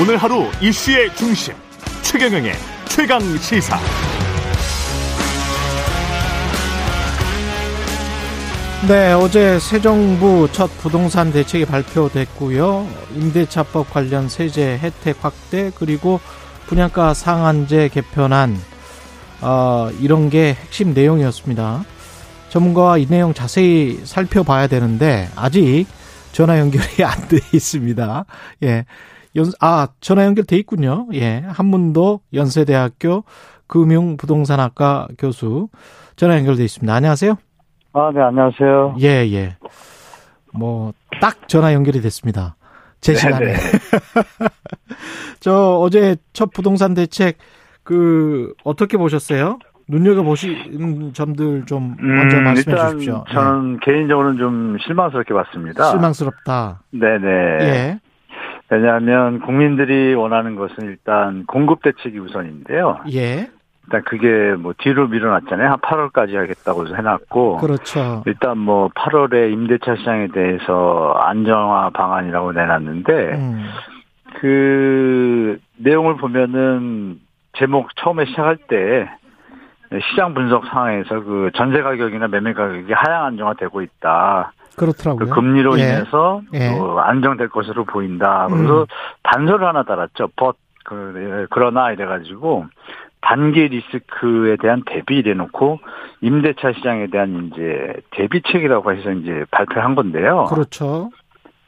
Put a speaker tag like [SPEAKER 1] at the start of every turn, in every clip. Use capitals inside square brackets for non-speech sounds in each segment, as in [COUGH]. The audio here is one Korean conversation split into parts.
[SPEAKER 1] 오늘 하루 이슈의 중심 최경영의 최강 시사.
[SPEAKER 2] 네, 어제 새 정부 첫 부동산 대책이 발표됐고요. 임대차법 관련 세제 혜택 확대 그리고 분양가 상한제 개편안 어, 이런 게 핵심 내용이었습니다. 전문가와 이 내용 자세히 살펴봐야 되는데 아직 전화 연결이 [LAUGHS] 안 돼 있습니다. 예. 연, 아, 전화 연결돼 있군요. 예. 한문도 연세대학교 금융부동산학과 교수 전화 연결돼 있습니다. 안녕하세요.
[SPEAKER 3] 아, 네, 안녕하세요.
[SPEAKER 2] 예, 예. 뭐, 딱 전화 연결이 됐습니다. 제
[SPEAKER 3] 네,
[SPEAKER 2] 시간에. [LAUGHS] 저 어제 첫 부동산 대책, 그, 어떻게 보셨어요? 눈여겨보신 점들 좀 먼저 말씀해
[SPEAKER 3] 음, 일단
[SPEAKER 2] 주십시오. 예.
[SPEAKER 3] 저는 개인적으로는 좀 실망스럽게 봤습니다.
[SPEAKER 2] 실망스럽다.
[SPEAKER 3] 네네.
[SPEAKER 2] 예.
[SPEAKER 3] 왜냐하면 국민들이 원하는 것은 일단 공급 대책이 우선인데요.
[SPEAKER 2] 예.
[SPEAKER 3] 일단 그게 뭐 뒤로 밀어놨잖아요. 한 8월까지 하겠다고 해놨고.
[SPEAKER 2] 그렇죠.
[SPEAKER 3] 일단 뭐 8월에 임대차 시장에 대해서 안정화 방안이라고 내놨는데
[SPEAKER 2] 음.
[SPEAKER 3] 그 내용을 보면은 제목 처음에 시작할 때 시장 분석 상황에서 그 전세 가격이나 매매 가격이 하향 안정화되고 있다. 그
[SPEAKER 2] 그렇더라고요.
[SPEAKER 3] 금리로
[SPEAKER 2] 예.
[SPEAKER 3] 인해서
[SPEAKER 2] 예.
[SPEAKER 3] 뭐 안정될 것으로 보인다. 그래서
[SPEAKER 2] 음.
[SPEAKER 3] 단서를 하나 달았죠. but 그, 그러나 이래가지고 단기 리스크에 대한 대비 이래놓고 임대차 시장에 대한 이제 대비책이라고 해서 이제 발표한 건데요.
[SPEAKER 2] 그렇죠.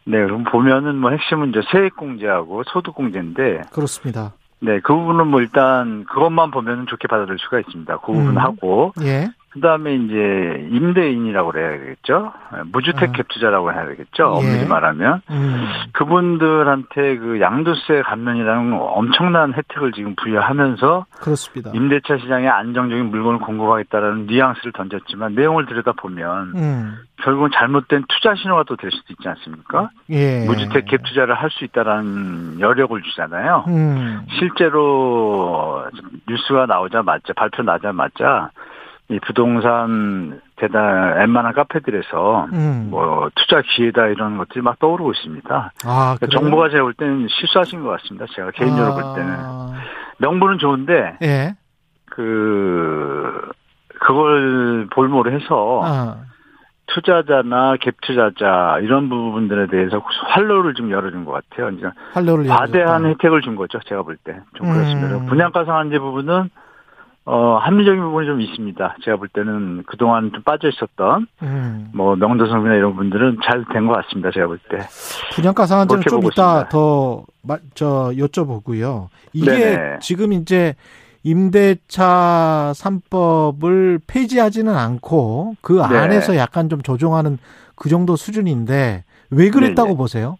[SPEAKER 3] 네, 그럼 보면은 뭐 핵심은 이제 세액 공제하고 소득 공제인데
[SPEAKER 2] 그렇습니다.
[SPEAKER 3] 네, 그 부분은 뭐 일단 그것만 보면 좋게 받아들일 수가 있습니다. 그 부분
[SPEAKER 2] 음.
[SPEAKER 3] 하고
[SPEAKER 2] 예.
[SPEAKER 3] 그다음에 이제 임대인이라고 그래야 되겠죠. 무주택
[SPEAKER 2] 아.
[SPEAKER 3] 갭투자라고 해야 되겠죠.
[SPEAKER 2] 예.
[SPEAKER 3] 엄밀히 말하면
[SPEAKER 2] 음.
[SPEAKER 3] 그분들한테 그 양도세 감면이라는 엄청난 혜택을 지금 부여하면서
[SPEAKER 2] 그렇습니다.
[SPEAKER 3] 임대차 시장에 안정적인 물건을 공급하겠다라는 뉘앙스를 던졌지만 내용을 들여다 보면
[SPEAKER 2] 음.
[SPEAKER 3] 결국은 잘못된 투자 신호가 또 될 수도 있지 않습니까?
[SPEAKER 2] 예.
[SPEAKER 3] 무주택 갭투자를 할 수 있다라는 여력을 주잖아요.
[SPEAKER 2] 음.
[SPEAKER 3] 실제로 뉴스가 나오자마자 발표 나자마자 이 부동산 대단 웬만한 카페들에서
[SPEAKER 2] 음.
[SPEAKER 3] 뭐 투자 기회다 이런 것들이 막 떠오르고 있습니다. 그러니까
[SPEAKER 2] 아, 그래요?
[SPEAKER 3] 정부가 제가 볼 때는 실수하신 것 같습니다. 제가
[SPEAKER 2] 아,
[SPEAKER 3] 개인적으로 볼 때는 명분은 좋은데
[SPEAKER 2] 예.
[SPEAKER 3] 그 그걸 볼모로 해서
[SPEAKER 2] 아,
[SPEAKER 3] 투자자나 갭 투자자 이런 부분들에 대해서 활로를 좀 열어준 것 같아요. 그러니까
[SPEAKER 2] 활로를
[SPEAKER 3] 과대한
[SPEAKER 2] 이어졌다.
[SPEAKER 3] 혜택을 준 거죠. 제가 볼 때. 좀
[SPEAKER 2] 음.
[SPEAKER 3] 그렇습니다. 분양가 상한제 부분은 어, 합리적인 부분이 좀 있습니다. 제가 볼 때는 그동안 좀 빠져 있었던
[SPEAKER 2] 음.
[SPEAKER 3] 뭐 명도성이나 이런 분들은 잘 된 것 같습니다. 제가 볼 때.
[SPEAKER 2] 분양가 상한제는 좀
[SPEAKER 3] 그렇게 보고
[SPEAKER 2] 이따
[SPEAKER 3] 있습니다.
[SPEAKER 2] 더, 말- 저, 여쭤보고요. 이게
[SPEAKER 3] 네네.
[SPEAKER 2] 지금 이제 임대차 3법을 폐지하지는 않고 그
[SPEAKER 3] 네.
[SPEAKER 2] 안에서 약간 좀 조정하는 그 정도 수준인데 왜 그랬다고
[SPEAKER 3] 네네.
[SPEAKER 2] 보세요?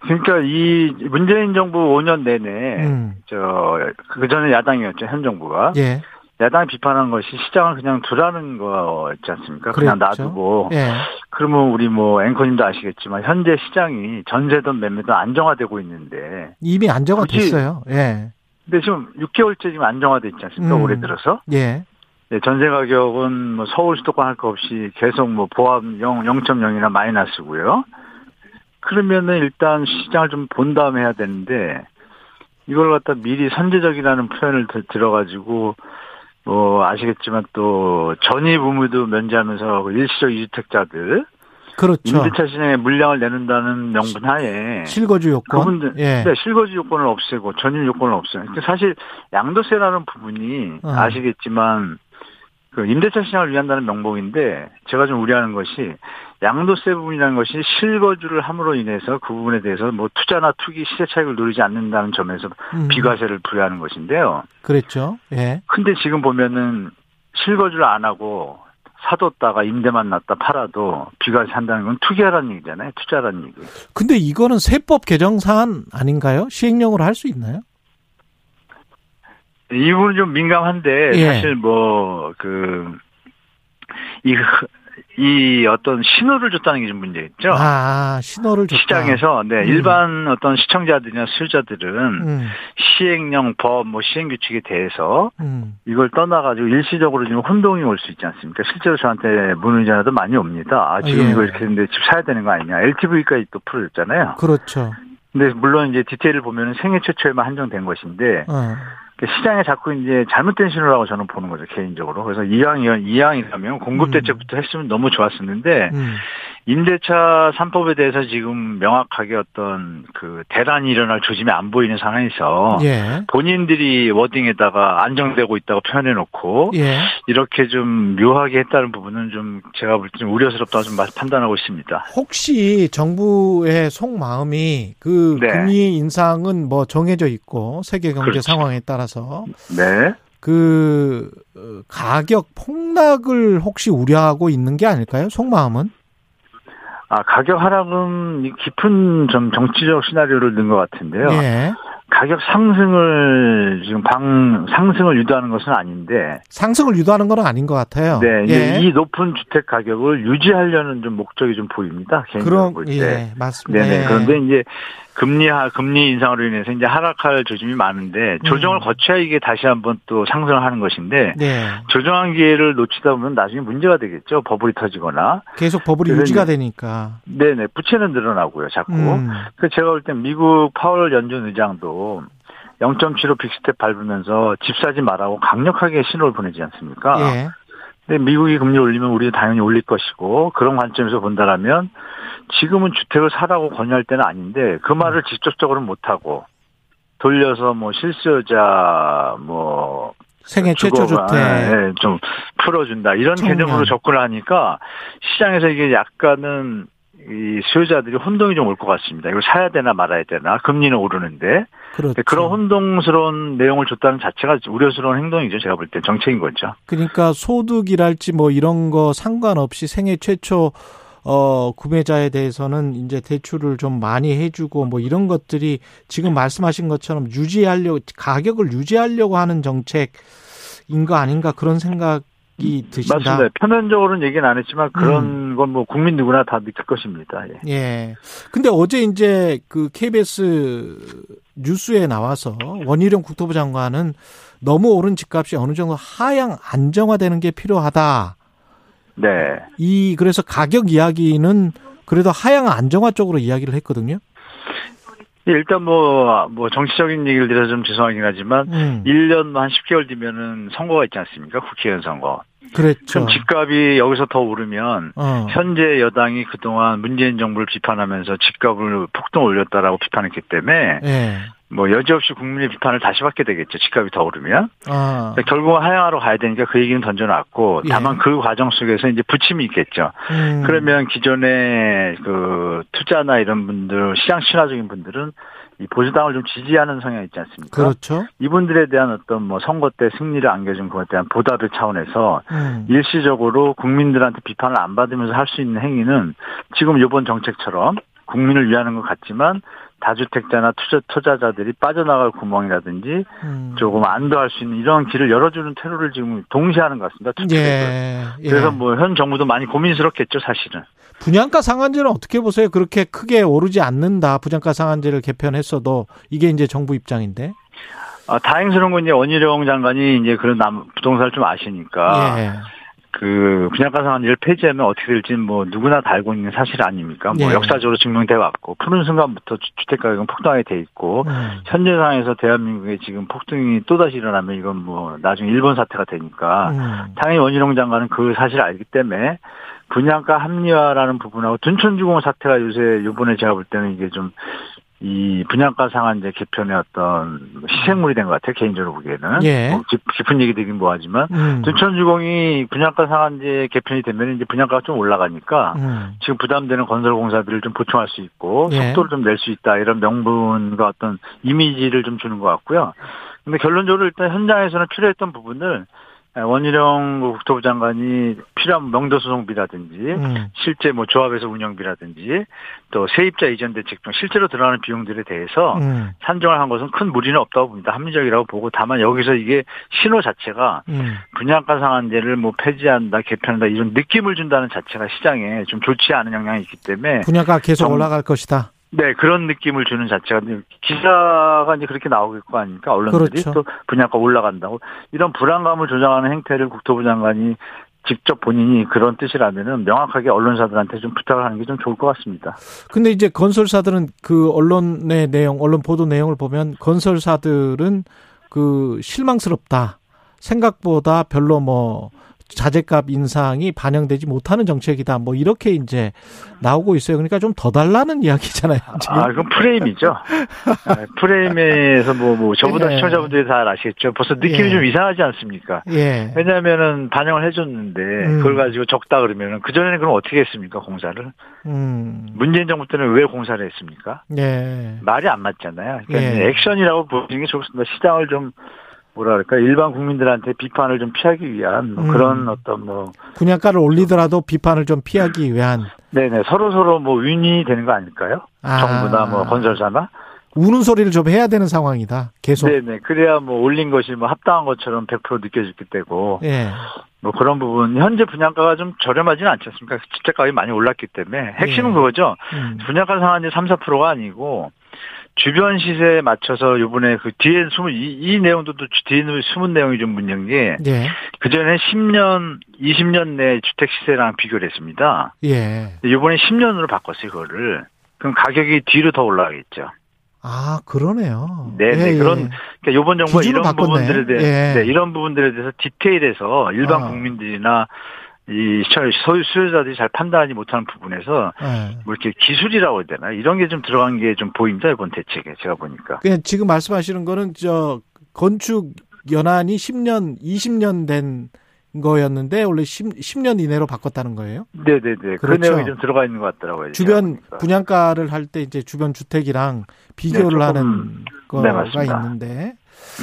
[SPEAKER 3] 그러니까 이 문재인 정부 5년 내내
[SPEAKER 2] 음.
[SPEAKER 3] 저 그 전에 야당이었죠. 현 정부가
[SPEAKER 2] 예.
[SPEAKER 3] 야당이 비판한 것이 시장을 그냥 두라는 거 있지 않습니까? 그냥
[SPEAKER 2] 그랬죠.
[SPEAKER 3] 놔두고
[SPEAKER 2] 예.
[SPEAKER 3] 그러면 우리 뭐 앵커님도 아시겠지만 현재 시장이 전세든 매매든 안정화되고 있는데
[SPEAKER 2] 이미 안정화
[SPEAKER 3] 굳이-
[SPEAKER 2] 됐어요. 예.
[SPEAKER 3] 근데 지금 6개월째 지금 안정화돼 있지 않습니까?
[SPEAKER 2] 음.
[SPEAKER 3] 올해 들어서.
[SPEAKER 2] 예.
[SPEAKER 3] 네, 전세 가격은 뭐 서울 수도권 할 거 없이 계속 뭐 보합 0, 0.0이나 마이너스고요. 그러면은 일단 시장을 좀 본 다음에 해야 되는데 이걸 갖다 미리 선제적이라는 표현을 들- 들어가지고 뭐 아시겠지만 또 전입 의무도 면제하면서 그 일시적 이주택자들
[SPEAKER 2] 그렇죠.
[SPEAKER 3] 임대차 시장에 물량을 내는다는 명분 하에
[SPEAKER 2] 실거주 요건.
[SPEAKER 3] 그분들
[SPEAKER 2] 예.
[SPEAKER 3] 네, 실거주 요건을 없애고 전입 요건을 없애요. 그러니까 사실 양도세라는 부분이
[SPEAKER 2] 어.
[SPEAKER 3] 아시겠지만 그 임대차 시장을 위한다는 명목인데 제가 좀 우려하는 것이 양도세 부분이라는 것이 실거주를 함으로 인해서 그 부분에 대해서 뭐 투자나 투기 시세 차익을 누리지 않는다는 점에서
[SPEAKER 2] 음,
[SPEAKER 3] 비과세를 부여하는 것인데요.
[SPEAKER 2] 그랬죠. 예.
[SPEAKER 3] 근데 지금 보면은 실거주를 안 하고 사뒀다가 임대만 놨다 팔아도 비과세 한다는 건 투기하라는 얘기잖아요. 투자라는 얘기.
[SPEAKER 2] 근데 이거는 세법 개정 사안 아닌가요? 시행령으로 할 수 있나요?
[SPEAKER 3] 이 부분은 좀 민감한데
[SPEAKER 2] 예.
[SPEAKER 3] 사실 뭐 그 이, 이 어떤 신호를 줬다는 게 좀 문제겠죠.
[SPEAKER 2] 아, 신호를 줬다.
[SPEAKER 3] 시장에서 네
[SPEAKER 2] 음.
[SPEAKER 3] 일반 어떤 시청자들이나 수요자들은
[SPEAKER 2] 음,
[SPEAKER 3] 시행령 법 뭐 시행 규칙에 대해서
[SPEAKER 2] 음.
[SPEAKER 3] 이걸 떠나가지고 일시적으로 지금 혼동이 올 수 있지 않습니까? 실제로 저한테 문의 전화도 많이 옵니다. 아, 지금
[SPEAKER 2] 예.
[SPEAKER 3] 이거 이렇게 했는데 집 사야 되는 거 아니냐? LTV까지 또 풀어줬잖아요.
[SPEAKER 2] 그렇죠.
[SPEAKER 3] 근데 물론 이제 디테일을 보면은 생애 최초에만 한정된 것인데
[SPEAKER 2] 어.
[SPEAKER 3] 그 시장에 자꾸 이제 잘못된 신호라고 저는 보는 거죠 개인적으로. 그래서 이왕 이왕 이왕이라면 공급 대책부터 했으면 너무 좋았었는데
[SPEAKER 2] 음.
[SPEAKER 3] 임대차 3법에 대해서 지금 명확하게 어떤 그 대란이 일어날 조짐이 안 보이는 상황에서
[SPEAKER 2] 예.
[SPEAKER 3] 본인들이 워딩에다가 안정되고 있다고 표현해 놓고
[SPEAKER 2] 예.
[SPEAKER 3] 이렇게 좀 묘하게 했다는 부분은 좀 제가 볼 때 좀 우려스럽다고 좀 마- 판단하고 있습니다.
[SPEAKER 2] 혹시 정부의 속마음이 그
[SPEAKER 3] 네.
[SPEAKER 2] 금리 인상은 뭐 정해져 있고 세계 경제
[SPEAKER 3] 그렇죠.
[SPEAKER 2] 상황에 따라서
[SPEAKER 3] 네.
[SPEAKER 2] 그 어, 가격 폭락을 혹시 우려하고 있는 게 아닐까요? 속마음은?
[SPEAKER 3] 아, 가격 하락은 이 깊은 좀 정치적 시나리오를 넣은 것 같은데요.
[SPEAKER 2] 예.
[SPEAKER 3] 가격 상승을 지금 방 상승을 유도하는 것은 아닌데,
[SPEAKER 2] 상승을 유도하는 건 아닌 것 같아요.
[SPEAKER 3] 네, 이제
[SPEAKER 2] 예.
[SPEAKER 3] 이 높은 주택 가격을 유지하려는 좀 목적이 좀 보입니다. 개인적으로
[SPEAKER 2] 그런
[SPEAKER 3] 볼 때.
[SPEAKER 2] 예, 맞습니다.
[SPEAKER 3] 네네.
[SPEAKER 2] 예.
[SPEAKER 3] 그런데 이제 금리 하 금리 인상으로 인해서 이제 하락할 조짐이 많은데 조정을
[SPEAKER 2] 음.
[SPEAKER 3] 거쳐야 이게 다시 한번 또 상승을 하는 것인데
[SPEAKER 2] 네.
[SPEAKER 3] 조정한 기회를 놓치다 보면 나중에 문제가 되겠죠. 버블이 터지거나
[SPEAKER 2] 계속 버블이
[SPEAKER 3] 그래서
[SPEAKER 2] 유지가
[SPEAKER 3] 이제-
[SPEAKER 2] 되니까.
[SPEAKER 3] 네네 부채는 늘어나고요. 자꾸.
[SPEAKER 2] 음.
[SPEAKER 3] 그 제가 볼 땐 미국 파월 연준 의장도 0.75 빅스텝 밟으면서 집 사지 말라고 강력하게 신호를 보내지 않습니까?
[SPEAKER 2] 예.
[SPEAKER 3] 근데 미국이 금리 올리면 우리도 당연히 올릴 것이고 그런 관점에서 본다라면 지금은 주택을 사라고 권유할 때는 아닌데 그 말을 직접적으로 는 못하고 돌려서 뭐 실수요자 뭐
[SPEAKER 2] 생애 최초
[SPEAKER 3] 주거가,
[SPEAKER 2] 주택.
[SPEAKER 3] 예, 좀 풀어준다 이런
[SPEAKER 2] 청년.
[SPEAKER 3] 개념으로 접근을 하니까 시장에서 이게 약간은 이 수요자들이 혼동이 좀 올 것 같습니다. 이걸 사야 되나 말아야 되나 금리는 오르는데
[SPEAKER 2] 그렇죠.
[SPEAKER 3] 그런 혼동스러운 내용을 줬다는 자체가 우려스러운 행동이죠. 제가 볼 때 정책인 거죠.
[SPEAKER 2] 그러니까 소득이랄지 뭐 이런 거 상관없이 생애 최초 어 구매자에 대해서는 이제 대출을 좀 많이 해주고 뭐 이런 것들이 지금 말씀하신 것처럼 유지하려고 가격을 유지하려고 하는 정책인 거 아닌가 그런 생각이 드신다. 음.
[SPEAKER 3] 맞습니다. 표면적으로는 얘기는 안 했지만 그런 건 뭐 국민 누구나 다 느낄 것입니다. 예.
[SPEAKER 2] 예. 근데 어제 이제 그 KBS 뉴스에 나와서 원희룡 국토부 장관은 너무 오른 집값이 어느 정도 하향 안정화되는 게 필요하다.
[SPEAKER 3] 네.
[SPEAKER 2] 이 그래서 가격 이야기는 그래도 하향 안정화 쪽으로 이야기를 했거든요.
[SPEAKER 3] 예, 일단 뭐, 뭐 정치적인 얘기를 드려서 좀 죄송하긴 하지만
[SPEAKER 2] 음,
[SPEAKER 3] 1년 뭐 한 10개월 뒤면은 선거가 있지 않습니까? 국회의원 선거.
[SPEAKER 2] 그렇죠.
[SPEAKER 3] 예. 그럼 집값이 여기서 더 오르면
[SPEAKER 2] 어,
[SPEAKER 3] 현재 여당이 그동안 문재인 정부를 비판하면서 집값을 폭등 올렸다라고 비판했기 때문에
[SPEAKER 2] 예.
[SPEAKER 3] 뭐 여지없이 국민의 비판을 다시 받게 되겠죠. 집값이 더 오르면.
[SPEAKER 2] 아,
[SPEAKER 3] 근데 결국은 하향하러 가야 되니까 그 얘기는 던져놨고
[SPEAKER 2] 예.
[SPEAKER 3] 다만 그 과정 속에서 이제 부침이 있겠죠.
[SPEAKER 2] 음,
[SPEAKER 3] 그러면 기존에 그 투자나 이런 분들 시장 친화적인 분들은 이 보수당을 좀 지지하는 성향 있지 않습니까?
[SPEAKER 2] 그렇죠.
[SPEAKER 3] 이분들에 대한 어떤 뭐 선거 때 승리를 안겨준 것에 대한 보답의 차원에서
[SPEAKER 2] 음,
[SPEAKER 3] 일시적으로 국민들한테 비판을 안 받으면서 할 수 있는 행위는 지금 이번 정책처럼 국민을 위하는 것 같지만 다주택자나 투자 투자자들이 빠져나갈 구멍이라든지
[SPEAKER 2] 음.
[SPEAKER 3] 조금 안도할 수 있는 이런 길을 열어주는 테러를 지금 동시하는 것 같습니다. 투표를.
[SPEAKER 2] 예. 예.
[SPEAKER 3] 그래서 뭐 현 정부도 많이 고민스럽겠죠 사실은.
[SPEAKER 2] 분양가 상한제는 어떻게 보세요? 그렇게 크게 오르지 않는다. 분양가 상한제를 개편했어도 이게 이제 정부 입장인데.
[SPEAKER 3] 아, 다행스러운 건 이제 원희룡 장관이 이제 그런 남, 부동산을 좀 아시니까
[SPEAKER 2] 예.
[SPEAKER 3] 그 분양가 상한제를 폐지하면 어떻게 될지는 뭐 누구나 다 알고 있는 사실 아닙니까? 뭐
[SPEAKER 2] 예.
[SPEAKER 3] 역사적으로 증명돼 왔고 푸른 순간부터 주- 주택 가격은 폭등하게 돼 있고
[SPEAKER 2] 음,
[SPEAKER 3] 현재 상황에서 대한민국에 지금 폭등이 또다시 일어나면 이건 뭐 나중에 일본 사태가 되니까
[SPEAKER 2] 음.
[SPEAKER 3] 당연히 원희룡 장관은 그 사실을 알기 때문에 분양가 합리화라는 부분하고 둔촌주공 사태가 요새 요번에 제가 볼 때는 이게 좀 이 분양가 상한제 개편의 어떤 시생물이 된 것 같아요 개인적으로 보기에는
[SPEAKER 2] 예.
[SPEAKER 3] 뭐 깊, 은 얘기 되긴 뭐하지만
[SPEAKER 2] 음,
[SPEAKER 3] 둔촌주공이 분양가 상한제 개편이 되면 이제 분양가가 좀 올라가니까
[SPEAKER 2] 음.
[SPEAKER 3] 지금 부담되는 건설 공사들을 좀 보충할 수 있고
[SPEAKER 2] 예.
[SPEAKER 3] 속도를 좀 낼 수 있다 이런 명분과 어떤 이미지를 좀 주는 것 같고요. 근데 결론적으로 일단 현장에서는 필요했던 부분을 원희룡 국토부 장관이 필요한 명도 소송비라든지
[SPEAKER 2] 음.
[SPEAKER 3] 실제 뭐 조합에서 운영비라든지 또 세입자 이전 대책 등 실제로 들어가는 비용들에 대해서
[SPEAKER 2] 음.
[SPEAKER 3] 산정을 한 것은 큰 무리는 없다고 봅니다. 합리적이라고 보고 다만 여기서 이게 신호 자체가
[SPEAKER 2] 음.
[SPEAKER 3] 분양가 상한제를 뭐 폐지한다, 개편한다 이런 느낌을 준다는 자체가 시장에 좀 좋지 않은 영향이 있기 때문에
[SPEAKER 2] 분양가 계속
[SPEAKER 3] 정-
[SPEAKER 2] 올라갈 것이다.
[SPEAKER 3] 네 그런 느낌을 주는 자체가 기사가 이제 그렇게 나오겠거 아닙니까 언론들이
[SPEAKER 2] 그렇죠.
[SPEAKER 3] 또 분양가 올라간다고 이런 불안감을 조장하는 행태를 국토부 장관이 직접 본인이 그런 뜻이라면은 명확하게 언론사들한테 좀 부탁을 하는 게 좀 좋을 것 같습니다.
[SPEAKER 2] 근데 이제 건설사들은 그 언론의 내용, 언론 보도 내용을 보면 건설사들은 그 실망스럽다. 생각보다 별로 뭐 자재값 인상이 반영되지 못하는 정책이다. 뭐 이렇게 이제 나오고 있어요. 그러니까 좀 더 달라는
[SPEAKER 3] [LAUGHS]
[SPEAKER 2] 이야기잖아요. 지금.
[SPEAKER 3] 아, 그건 프레임이죠. 네, 프레임에서 뭐, 뭐 저보다
[SPEAKER 2] 예.
[SPEAKER 3] 시청자분들이 잘 아시겠죠. 벌써
[SPEAKER 2] 예.
[SPEAKER 3] 느낌이 좀 이상하지 않습니까?
[SPEAKER 2] 예.
[SPEAKER 3] 왜냐면은 반영을 해줬는데
[SPEAKER 2] 음.
[SPEAKER 3] 그걸 가지고 적다 그러면은 그 전에는 그럼 어떻게 했습니까 공사를?
[SPEAKER 2] 음.
[SPEAKER 3] 문재인 정부 때는 왜 공사를 했습니까?
[SPEAKER 2] 예.
[SPEAKER 3] 말이 안 맞잖아요. 그러니까
[SPEAKER 2] 예.
[SPEAKER 3] 이제 액션이라고 보시는 게 좋습니다. 그러니까 시장을 좀 뭐라 그럴까 일반 국민들한테 비판을 좀 피하기 위한 뭐
[SPEAKER 2] 음.
[SPEAKER 3] 그런 어떤 뭐
[SPEAKER 2] 분양가를 올리더라도 비판을 좀 피하기 위한
[SPEAKER 3] 네네 서로 서로 뭐 윈이 되는 거 아닐까요?
[SPEAKER 2] 아.
[SPEAKER 3] 정부나 뭐 건설사나
[SPEAKER 2] 우는 소리를 좀 해야 되는 상황이다. 계속.
[SPEAKER 3] 네네 그래야 뭐 올린 것이 뭐 합당한 것처럼 100% 느껴지기 때고
[SPEAKER 2] 예.
[SPEAKER 3] 뭐 그런 부분 현재 분양가가 좀 저렴하지는 않지 않습니까? 집값 가격이 많이 올랐기 때문에 핵심은
[SPEAKER 2] 예.
[SPEAKER 3] 그거죠.
[SPEAKER 2] 음.
[SPEAKER 3] 분양가 상한제 3, 4%가 아니고 주변 시세에 맞춰서 요번에 그 뒤에 숨은 이, 이 내용도 또 뒤에 숨은 내용이 좀 문제인 게
[SPEAKER 2] 예.
[SPEAKER 3] 그전에 10년, 20년 내 주택 시세랑 비교를 했습니다.
[SPEAKER 2] 예.
[SPEAKER 3] 근데 요번에 10년으로 바꿨어요, 그거를. 그럼 가격이 뒤로 더 올라가겠죠.
[SPEAKER 2] 아, 그러네요. 예,
[SPEAKER 3] 네, 네, 그런 그러니까 요번 정부가
[SPEAKER 2] 기준을
[SPEAKER 3] 이런
[SPEAKER 2] 바꿨네.
[SPEAKER 3] 부분들에 대해
[SPEAKER 2] 예.
[SPEAKER 3] 네, 이런 부분들에 대해서 디테일해서 일반
[SPEAKER 2] 아.
[SPEAKER 3] 국민들이나 이 시청 소유 수요자들이 잘 판단하지 못하는 부분에서
[SPEAKER 2] 예.
[SPEAKER 3] 뭐 이렇게 기술이라고 해야 되나 이런 게 좀 들어간 게 좀 보입니다 이번 대책에 제가 보니까
[SPEAKER 2] 그냥 지금 말씀하시는 거는 저 건축 연한이 10년, 20년 된 거였는데 원래 10, 10년 이내로 바꿨다는 거예요.
[SPEAKER 3] 네네네
[SPEAKER 2] 그렇죠.
[SPEAKER 3] 그런 내용이 좀 들어가 있는 것 같더라고요 제가
[SPEAKER 2] 주변
[SPEAKER 3] 보니까.
[SPEAKER 2] 분양가를 할 때 이제 주변 주택이랑 비교를
[SPEAKER 3] 네,
[SPEAKER 2] 하는
[SPEAKER 3] 조금, 네,
[SPEAKER 2] 거가
[SPEAKER 3] 맞습니다.
[SPEAKER 2] 있는데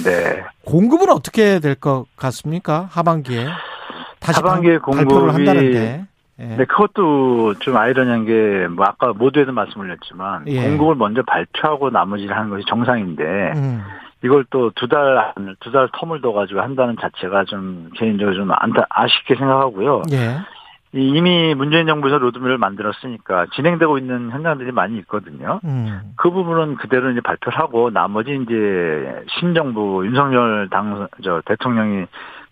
[SPEAKER 3] 네
[SPEAKER 2] 공급은 어떻게 될 것 같습니까? 하반기에 다시
[SPEAKER 3] 하반기에
[SPEAKER 2] 발- 발표를
[SPEAKER 3] 공급이-
[SPEAKER 2] 한다는데. 예.
[SPEAKER 3] 네, 그것도 좀 아이러니한 게 뭐 아까 모두에도 말씀을렸지만
[SPEAKER 2] 예.
[SPEAKER 3] 공급을 먼저 발표하고 나머지를 하는 것이 정상인데
[SPEAKER 2] 음.
[SPEAKER 3] 이걸 또 두 달 두 달 텀을 둬 가지고 한다는 자체가 좀 개인적으로 좀 안타, 아쉽게 생각하고요.
[SPEAKER 2] 예.
[SPEAKER 3] 이- 이미 문재인 정부에서 로드맵을 만들었으니까 진행되고 있는 현장들이 많이 있거든요.
[SPEAKER 2] 음.
[SPEAKER 3] 그 부분은 그대로 이제 발표를 하고 나머지 이제 신정부 윤석열 당 저 대통령이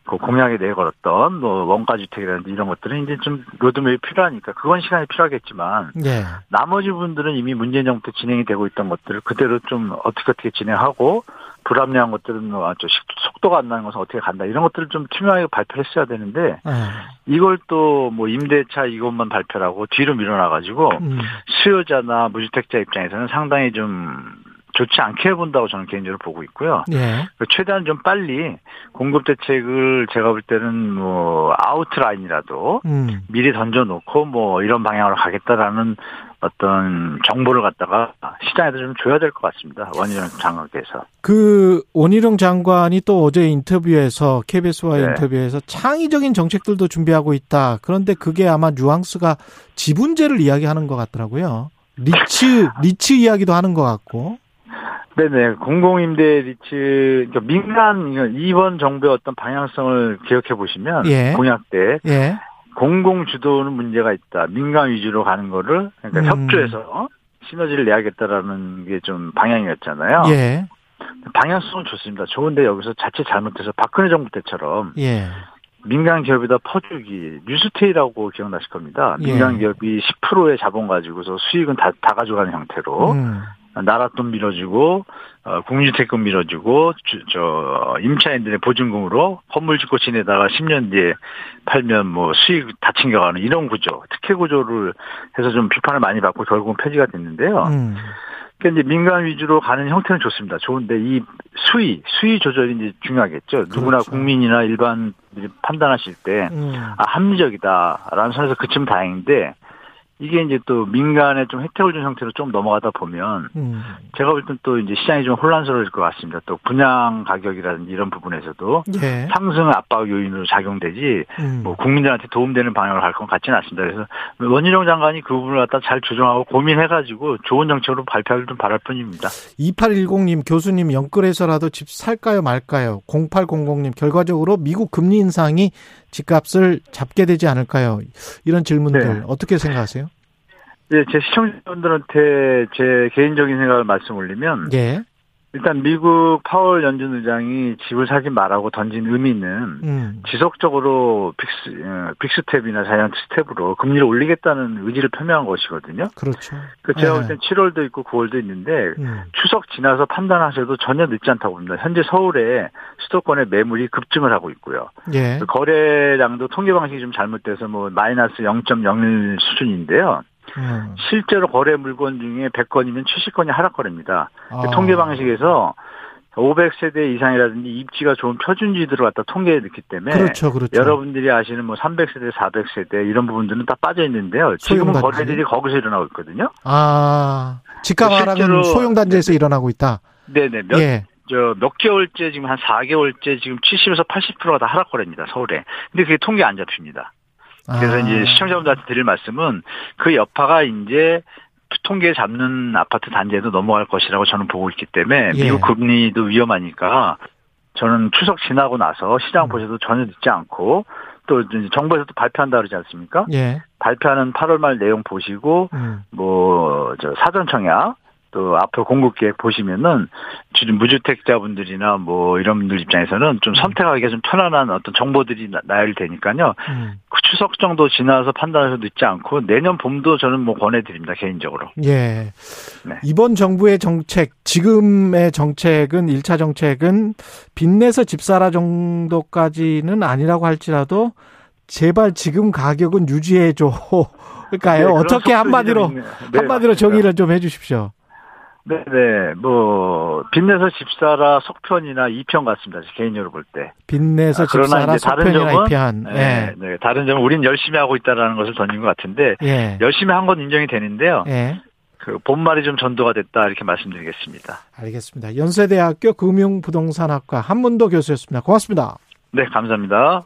[SPEAKER 3] 그 공약에 내걸었던 뭐 원가 주택이라든지 이런 것들은 이제 좀 로드맵이 필요하니까 그건 시간이 필요하겠지만
[SPEAKER 2] 예.
[SPEAKER 3] 나머지 분들은 이미 문재인 정부 때 진행이 되고 있던 것들을 그대로 좀 어떻게 어떻게 진행하고 불합리한 것들은 뭐 아주 식- 속도가 안 나는 것은 어떻게 간다 이런 것들을 좀 투명하게 발표했어야 되는데
[SPEAKER 2] 아,
[SPEAKER 3] 이걸 또 뭐 임대차 이것만 발표하고 뒤로 밀어놔가지고
[SPEAKER 2] 음.
[SPEAKER 3] 수요자나 무주택자 입장에서는 상당히 좀 좋지 않게 본다고 저는 개인적으로 보고 있고요.
[SPEAKER 2] 예.
[SPEAKER 3] 최대한 좀 빨리 공급 대책을 제가 볼 때는 뭐 아웃라인이라도
[SPEAKER 2] 음.
[SPEAKER 3] 미리 던져놓고 뭐 이런 방향으로 가겠다라는 어떤 정보를 갖다가 시장에도 좀 줘야 될 것 같습니다. 원희룡 장관께서.
[SPEAKER 2] 그 원희룡 장관이 또 어제 인터뷰에서 KBS와의
[SPEAKER 3] 네.
[SPEAKER 2] 인터뷰에서 창의적인 정책들도 준비하고 있다. 그런데 그게 아마 뉘앙스가 지분제를 이야기하는 것 같더라고요. 리츠 리츠 이야기도 하는 것 같고.
[SPEAKER 3] 네네. 공공임대 리츠, 그러니까 민간, 이번 정부의 어떤 방향성을 기억해 보시면,
[SPEAKER 2] 예.
[SPEAKER 3] 공약 때,
[SPEAKER 2] 예.
[SPEAKER 3] 공공 주도는 문제가 있다. 민간 위주로 가는 거를, 그러니까
[SPEAKER 2] 음.
[SPEAKER 3] 협조해서 시너지를 내야겠다라는 게 좀 방향이었잖아요.
[SPEAKER 2] 예.
[SPEAKER 3] 방향성은 좋습니다. 좋은데 여기서 자칫 잘못해서 박근혜 정부 때처럼
[SPEAKER 2] 예.
[SPEAKER 3] 민간 기업에다 퍼주기 뉴스테이라고 기억나실 겁니다.
[SPEAKER 2] 예.
[SPEAKER 3] 민간 기업이 10%의 자본 가지고서 수익은 다, 다 가져가는 형태로
[SPEAKER 2] 음.
[SPEAKER 3] 나라 돈 밀어주고 어, 국민주택금 밀어주고 주- 저 임차인들의 보증금으로 건물 짓고 지내다가 10년 뒤에 팔면 뭐 수익 다 챙겨가는 이런 구조 특혜 구조를 해서 좀 비판을 많이 받고 결국은 폐지가 됐는데요.
[SPEAKER 2] 음.
[SPEAKER 3] 그러니까 이제 민간 위주로 가는 형태는 좋습니다. 좋은데 이 수위 수위 조절이 이제 중요하겠죠. 누구나
[SPEAKER 2] 그렇죠.
[SPEAKER 3] 국민이나 일반들이 판단하실 때
[SPEAKER 2] 음.
[SPEAKER 3] 아, 합리적이다라는 선에서 그치면 다행인데 이게 이제 또 민간에 좀 혜택을 준 형태로 좀 넘어가다 보면
[SPEAKER 2] 음.
[SPEAKER 3] 제가 볼 땐 또 이제 시장이 좀 혼란스러울 것 같습니다. 또 분양 가격이라든지 이런 부분에서도
[SPEAKER 2] 예.
[SPEAKER 3] 상승 압박 요인으로 작용되지
[SPEAKER 2] 음.
[SPEAKER 3] 뭐 국민들한테 도움되는 방향으로 갈 것 같지는 않습니다. 그래서 원희룡 장관이 그 부분을 갖다 잘 조정하고 고민해가지고 좋은 정책으로 발표를 좀 바랄 뿐입니다.
[SPEAKER 2] 2810님 교수님 연끌해서라도 집 살까요 말까요? 0800님 결과적으로 미국 금리 인상이 집값을 잡게 되지 않을까요? 이런 질문들
[SPEAKER 3] 네.
[SPEAKER 2] 어떻게 생각하세요?
[SPEAKER 3] 예, 제 시청자분들한테 제 개인적인 생각을 말씀 올리면
[SPEAKER 2] 예.
[SPEAKER 3] 일단 미국 파월 연준 의장이 집을 사지 말라고 던진 의미는
[SPEAKER 2] 음.
[SPEAKER 3] 지속적으로 빅스 어, 빅스텝이나 자이언트 스텝으로 금리를 올리겠다는 의지를 표명한 것이거든요.
[SPEAKER 2] 그렇죠.
[SPEAKER 3] 그 제가
[SPEAKER 2] 예.
[SPEAKER 3] 볼 땐 7월도 있고 9월도 있는데
[SPEAKER 2] 음.
[SPEAKER 3] 추석 지나서 판단하셔도 전혀 늦지 않다고 봅니다. 현재 서울에 수도권의 매물이 급증을 하고 있고요. 그
[SPEAKER 2] 예.
[SPEAKER 3] 거래량도 통계 방식이 좀 잘못돼서 뭐 마이너스 0.01 수준인데요.
[SPEAKER 2] 음.
[SPEAKER 3] 실제로 거래 물건 중에 100건이면 70건이 하락거래입니다. 그
[SPEAKER 2] 아.
[SPEAKER 3] 통계 방식에서 500세대 이상이라든지 입지가 좋은 표준지들을 갖다 통계에 넣기 때문에
[SPEAKER 2] 그렇죠, 그렇죠.
[SPEAKER 3] 여러분들이 아시는 뭐 300세대, 400세대 이런 부분들은 다 빠져 있는데요. 지금은
[SPEAKER 2] 소형 단지.
[SPEAKER 3] 거래들이 거기서 일어나고 있거든요.
[SPEAKER 2] 아, 집값
[SPEAKER 3] 실제로-
[SPEAKER 2] 하락은 소형 단지에서 일어나고 있다.
[SPEAKER 3] 네네. 몇,
[SPEAKER 2] 예.
[SPEAKER 3] 저, 몇 개월째 지금 한 4개월째 지금 70에서 80%가 다 하락 거래입니다. 서울에. 근데 그게 통계 안 잡힙니다. 그래서
[SPEAKER 2] 아.
[SPEAKER 3] 이제 시청자분들한테 드릴 말씀은 그 여파가 이제 통계 잡는 아파트 단지에도 넘어갈 것이라고 저는 보고 있기 때문에
[SPEAKER 2] 예.
[SPEAKER 3] 미국 금리도 위험하니까 저는 추석 지나고 나서 시장
[SPEAKER 2] 음.
[SPEAKER 3] 보셔도 전혀 늦지 않고 또 이제 정부에서도 발표한다 그러지 않습니까?
[SPEAKER 2] 예.
[SPEAKER 3] 발표하는 8월 말 내용 보시고
[SPEAKER 2] 음.
[SPEAKER 3] 뭐 저 사전 청약 또 앞으로 공급 계획 보시면은 지금 무주택자분들이나 뭐 이런 분들 입장에서는 좀 선택하기가 좀 편안한 어떤 정보들이 나- 나열되니까요.
[SPEAKER 2] 음.
[SPEAKER 3] 그 추석 정도 지나서 판단해서 늦지 않고 내년 봄도 저는 뭐 권해드립니다 개인적으로.
[SPEAKER 2] 예.
[SPEAKER 3] 네.
[SPEAKER 2] 이번 정부의 정책, 지금의 정책은, 일차 정책은 빚내서 집사라 정도까지는 아니라고 할지라도 제발 지금 가격은 유지해줘. 그러니까요.
[SPEAKER 3] 네, 그런
[SPEAKER 2] 아, 어떻게
[SPEAKER 3] 속도들이
[SPEAKER 2] 한마디로,
[SPEAKER 3] 좀 있네요. 네,
[SPEAKER 2] 한마디로
[SPEAKER 3] 맞습니다.
[SPEAKER 2] 정의를 좀 해주십시오.
[SPEAKER 3] 네, 네, 뭐 빚내서 집사라 속편이나 2편 같습니다. 개인적으로 볼 때.
[SPEAKER 2] 빚내서
[SPEAKER 3] 아, 그러나
[SPEAKER 2] 집사라
[SPEAKER 3] 이제 다른
[SPEAKER 2] 서편이나
[SPEAKER 3] 점은-
[SPEAKER 2] 입편.
[SPEAKER 3] 네,
[SPEAKER 2] 예.
[SPEAKER 3] 네, 다른 점은 우린 열심히 하고 있다라는 것을 던진 것 같은데
[SPEAKER 2] 예.
[SPEAKER 3] 열심히 한 건 인정이 되는데요.
[SPEAKER 2] 예.
[SPEAKER 3] 그 본말이 좀 전도가 됐다 이렇게 말씀드리겠습니다.
[SPEAKER 2] 알겠습니다. 연세대학교 금융부동산학과 한문도 교수였습니다. 고맙습니다.
[SPEAKER 3] 네, 감사합니다.